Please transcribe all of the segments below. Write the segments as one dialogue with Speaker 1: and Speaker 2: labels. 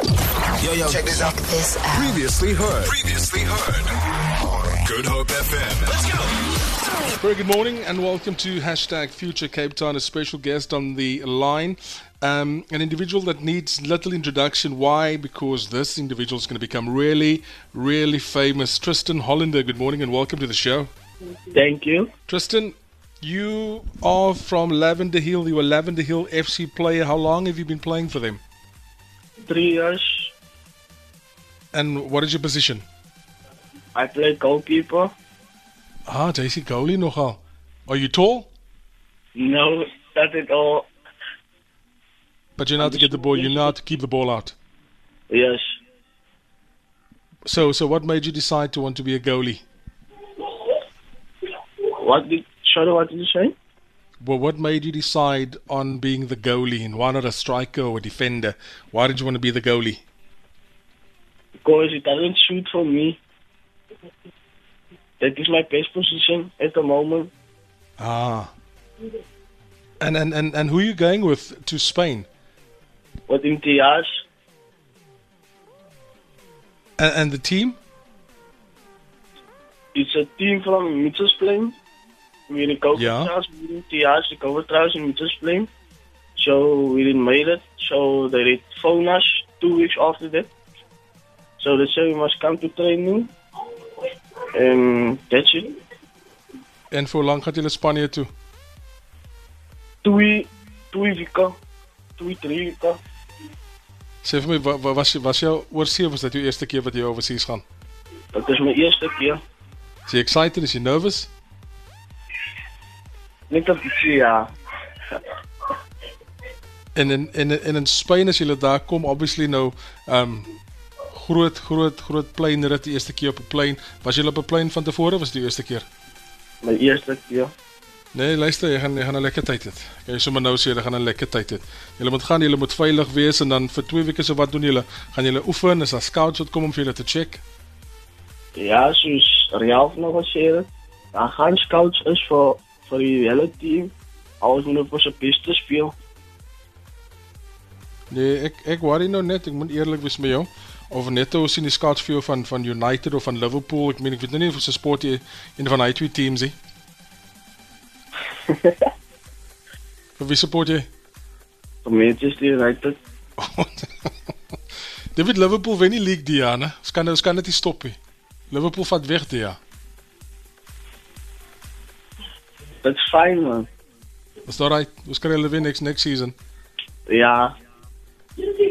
Speaker 1: Yo, yo, check this out.
Speaker 2: This out.
Speaker 3: Previously heard.
Speaker 1: Previously heard. Good Hope FM. Let's go.
Speaker 4: Very good morning and welcome to hashtag Future Cape Town, a special guest on the line. Um, an individual that needs little introduction. Why? Because this individual is going to become really, really famous. Tristan Hollander, good morning and welcome to the show.
Speaker 5: Thank you.
Speaker 4: Tristan, you are from Lavender Hill. You were Lavender Hill FC player. How long have you been playing for them?
Speaker 5: Three years.
Speaker 4: And what is your position?
Speaker 5: I play goalkeeper.
Speaker 4: Ah, deze goalie nogal. Are you tall?
Speaker 5: No, not at all.
Speaker 4: But you know how to get the ball. You know how to keep the ball out.
Speaker 5: Yes.
Speaker 4: So, so what made you decide to want to be a goalie?
Speaker 5: What did sorry? What did you say?
Speaker 4: Well, what made you decide on being the goalie and why not a striker or a defender? Why did you want to be the goalie?
Speaker 5: Because it doesn't suit for me. That is my best position at the moment.
Speaker 4: Ah. And and, and, and who are you going with to Spain?
Speaker 5: But in Diaz,
Speaker 4: And, and the team?
Speaker 5: it's a team from Mittelsplein. We're in Cover
Speaker 4: Yeah.
Speaker 5: we're in Diaz, the Cover Trials in Mittelsplein. So we didn't make it. So they did phone us two weeks after that. So they say we must come to training. And that's it.
Speaker 4: En voor hoe lang gaat jullie Spanje toe?
Speaker 5: Twee, twee weken, twee, drie weken.
Speaker 4: Zeg vir my, wa- wa- was, was jou oorsee of was dit jou eerste keer wat jy overseas gaan?
Speaker 5: Dat is mijn eerste keer.
Speaker 4: Is jy excited? Is jy nervous?
Speaker 5: Net een beetje, ja.
Speaker 4: En in en, en in Spanje as jy daar kom, obviously nou um groot groot groot plane rit die eerste keer op 'n plane. Was jy op 'n plane van tevore of was dit die eerste keer?
Speaker 5: Mijn eerste keer.
Speaker 4: Nee, luister, jy gaan jy gaan 'n lekker tyd hê. Kan jy sommer nou sê jy gaan 'n lekker tyd hê. Jy moet gaan, jy moet veilig wees en dan vir 2 weke se wat doen jy? Gaan jy oefen, is daar scouts wat kom om vir julle te check?
Speaker 5: Ja, zoals Ralf nog eens zei. Dan gaan scouts is voor, voor je hele team. Alles moet voor zijn beste spelen.
Speaker 4: Nee, ek ek worry nou net, ek moet eerlik wees met jou. Of net ou sien die scouts vir jou van van United of van Liverpool. Ek meen ek weet nou nie of se sport jy een van daai twee teams is. Vir wie support jy?
Speaker 5: Voor Manchester United.
Speaker 4: David Liverpool wen die league die jaar, né? Ons kan ons kan dit nie stop nie. Liverpool vat weg die jaar.
Speaker 5: Dat is fijn, man.
Speaker 4: Is dit reg? Ons kan hulle wen next next season.
Speaker 5: Ja,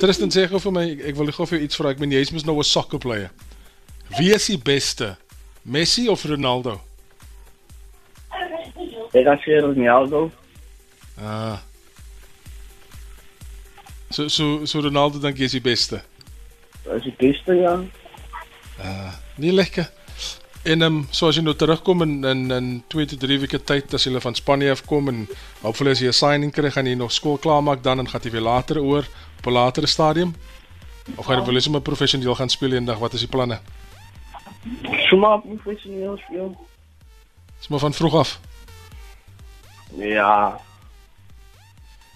Speaker 4: Tristan sê gou vir my, ek, ek wil gou vir jou iets vra. Ek meen jy's mos nou 'n sokker player. Wie is die beste? Messi of Ronaldo?
Speaker 5: ik ga zeggen Ronaldo.
Speaker 4: Ah. So so so Ronaldo dink jy is die beste.
Speaker 5: Dat is het beste, ja.
Speaker 4: Nee, lekker. En ehm um, so as jy nou terugkom in in in 2 tot 3 weke tyd as jy van Spanje af kom en hopefully as jy 'n signing kry gaan jy nog skool klaarmaak dan en gaan jy weer later oor op 'n latere stadium. Of gaan jy wel eens sommer professioneel gaan speel eendag? Wat is die planne?
Speaker 5: Zomaar professioneel spelen.
Speaker 4: Dis maar van vroeg af.
Speaker 5: Ja,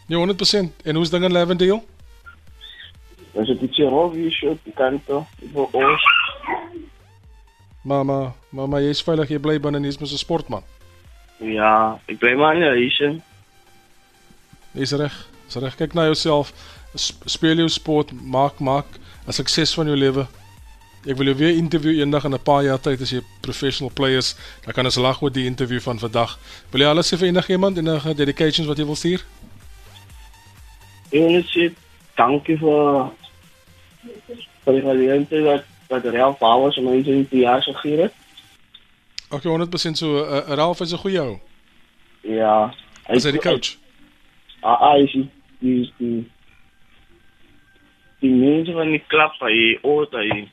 Speaker 4: Nee, 100%. En hoe's dinge in Lavendale?
Speaker 5: dat is een beetje Robbie shirt, die kan toch. Ik wil ons.
Speaker 4: Mama, mama, jy's veilig, jy bly binne en jy's mos 'n sportman.
Speaker 5: Ja, ik ben maar in Asian.
Speaker 4: Dis reg. Dis reg. Kyk na jouself. Sp- Speel jou sport, maak maak 'n sukses van jou lewe. Ek wil jou weer interview eendag in 'n paar jaar tyd as jy 'n professional player is. Dan kan ons lag oor die interview van vandag. Wil jy alles sê vir enigiemand en enige dedications wat jy wil stuur?
Speaker 5: Ik wil net zeggen, dank je voor, voor de gelegenheid dat, dat de Real Powers om eens in het jaar zou gieren.
Speaker 4: Okay, 100% so uh, Ralph is 'n goeie ou.
Speaker 5: Ja.
Speaker 4: Is hy die coach?
Speaker 5: Ah, ah, is die, die, die, die mensen van die club, hij oort, hij,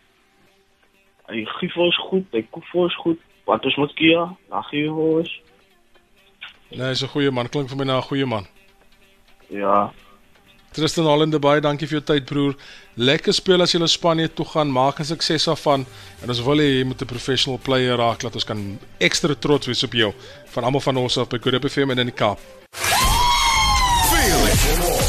Speaker 5: hij geeft ons goed, hij koop voor ons goed. Wat is met Kia? Hij geeft voor ons.
Speaker 4: Nee, hy's 'n goeie man. Klink vir my na 'n goeie man.
Speaker 5: Ja.
Speaker 4: Tristan Hollander baie dankie vir jou tyd broer. Lekker speel as jy na Spanje toe gaan, maak 'n sukses daarvan en ons wil hê jy moet 'n professional player raak laat ons kan ekstra trots wees op jou van almal van ons af by Good Hope FM en in die Kaap.
Speaker 1: Feel it. For more,